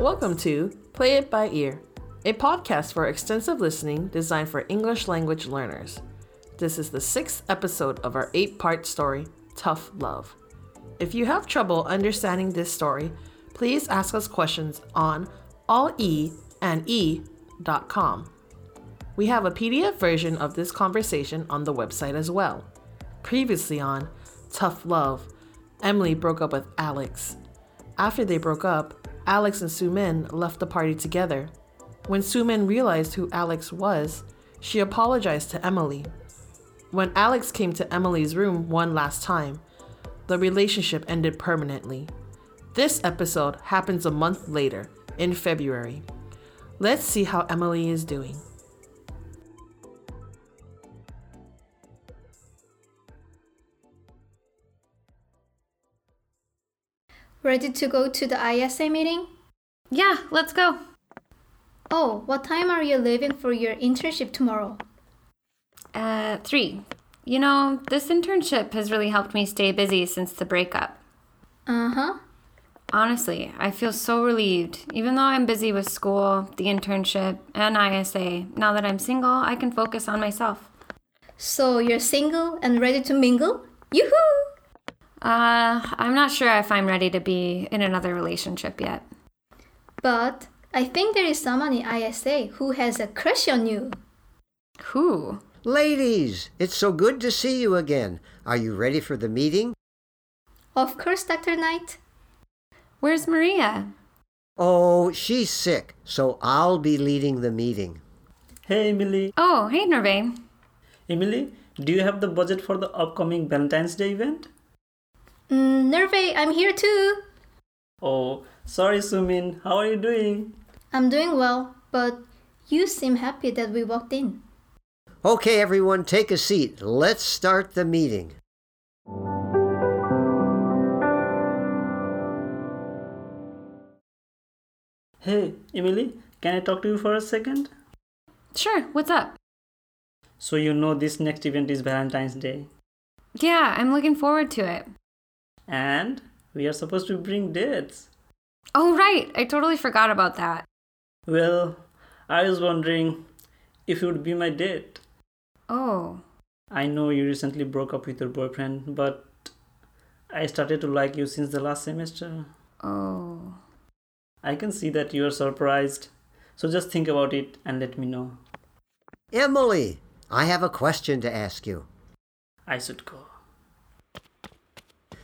Welcome to Play It By Ear, a podcast for extensive listening designed for English language learners. This is the sixth episode of our eight part story, Tough Love. If you have trouble understanding this story, please ask us questions on e alleand.e.com. We have a PDF version of this conversation on the website as well. Previously on Tough Love, Emily broke up with Alex. After they broke up, Alex and Sumin left the party together. When Sumin realized who Alex was, she apologized to Emily. When Alex came to Emily's room one last time, the relationship ended permanently. This episode happens a month later, in February. Let's see how Emily is doing. Ready to go to the ISA meeting? Yeah, let's go. Oh, what time are you leaving for your internship tomorrow? Uh, three. You know, this internship has really helped me stay busy since the breakup. Uh huh. Honestly, I feel so relieved. Even though I'm busy with school, the internship, and ISA, now that I'm single, I can focus on myself. So you're single and ready to mingle? Yoo-hoo! Uh, I'm not sure if I'm ready to be in another relationship yet. But I think there is someone in ISA who has a crush on you. Who? Ladies, it's so good to see you again. Are you ready for the meeting? Of course, Dr. Knight. Where's Maria? Oh, she's sick, so I'll be leading the meeting. Hey Emily, Oh, hey, Nerve. Emily, do you have the budget for the upcoming Valentine's Day event? Mm, Nerve, I'm here too. Oh, sorry Sumin, how are you doing? I'm doing well, but you seem happy that we walked in. Okay, everyone, take a seat. Let's start the meeting. Hey Emily, can I talk to you for a second? Sure, what's up? So you know this next event is Valentine's Day, Yeah, I'm looking forward to it. and we are supposed to bring dates. Oh, right, I totally forgot about that. Well, I was wondering if you would be my date. Oh, I know you recently broke up with your boyfriend, but I started to like you since the last semester. oh. I can see that you are surprised. So just think about it and let me know. Emily, I have a question to ask you. I should go.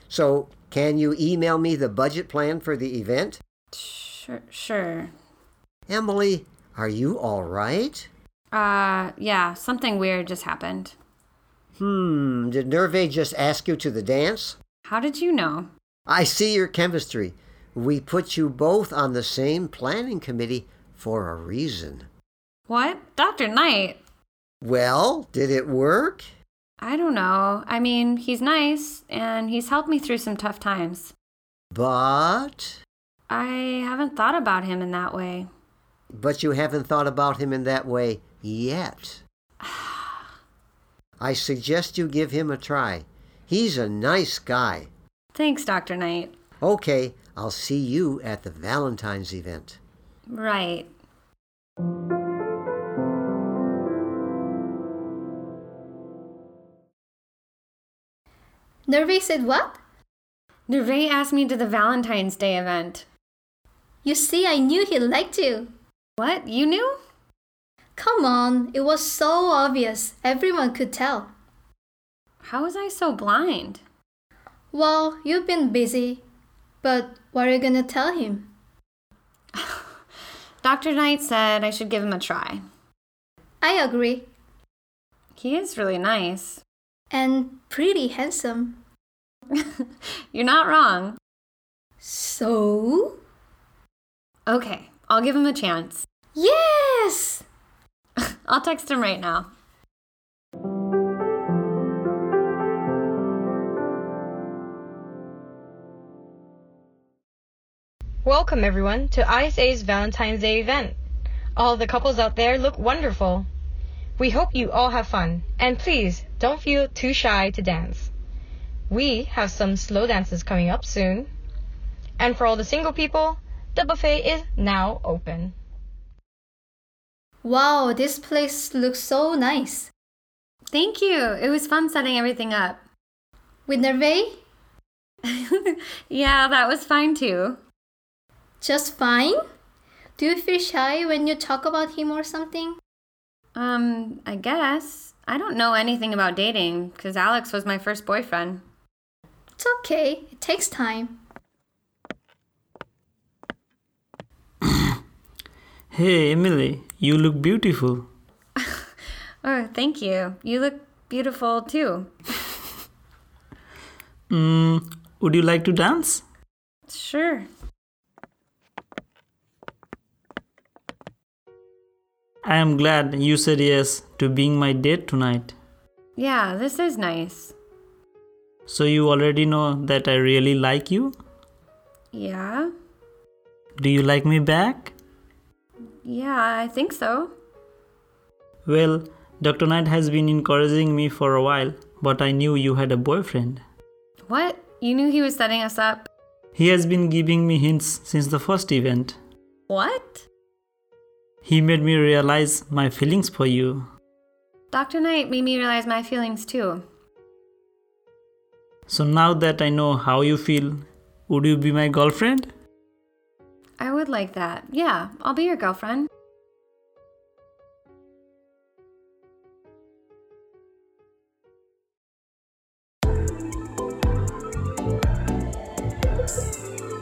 So, can you email me the budget plan for the event? Sure, sure. Emily, are you all right? Uh, yeah, something weird just happened. Hmm, did Nerve just ask you to the dance? How did you know? I see your chemistry. We put you both on the same planning committee for a reason. What? Dr. Knight? Well, did it work? I don't know. I mean, he's nice and he's helped me through some tough times. But. I haven't thought about him in that way. But you haven't thought about him in that way yet. I suggest you give him a try. He's a nice guy. Thanks, Dr. Knight. Okay, I'll see you at the Valentine's event. Right. Nerve said what? Nerve asked me to the Valentine's Day event. You see, I knew he liked you. What? You knew? Come on, it was so obvious. Everyone could tell. How was I so blind? Well, you've been busy, but what are you gonna tell him? Dr. Knight said I should give him a try. I agree. He is really nice. And pretty handsome. You're not wrong. So? Okay, I'll give him a chance. Yes! I'll text him right now. Welcome, everyone, to ISA's Valentine's Day event. All the couples out there look wonderful. We hope you all have fun, and please don't feel too shy to dance. We have some slow dances coming up soon. And for all the single people, the buffet is now open. Wow, this place looks so nice. Thank you. It was fun setting everything up. With Nervei, yeah, that was fine too. just fine. Do you feel shy when you talk about him or something? Um, I guess. I don't know anything about dating because Alex was my first boyfriend. It's okay. It takes time. Hey, Emily, you look beautiful. Oh, thank you. You look beautiful too. Mm, would you like to dance? Sure. I am glad you said yes to being my date tonight. Yeah, this is nice. So you already know that I really like you? Yeah. Do you like me back? Yeah, I think so. Well, Dr. Knight has been encouraging me for a while, but I knew you had a boyfriend. What? You knew he was setting us up? He has been giving me hints since the first event. What? He made me realize my feelings for you. Dr. Knight made me realize my feelings too. So now that I know how you feel, would you be my girlfriend? I would like that. Yeah, I'll be your girlfriend.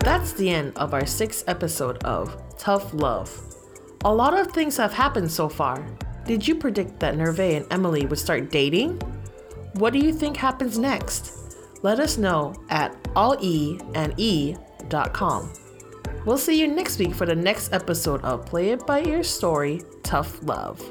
That's the end of our sixth episode of Tough Love. A lot of things have happened so far. Did you predict that Nervey and Emily would start dating? What do you think happens next? Let us know at e alleand.e.com. We'll see you next week for the next episode of Play It By Ear Story Tough Love.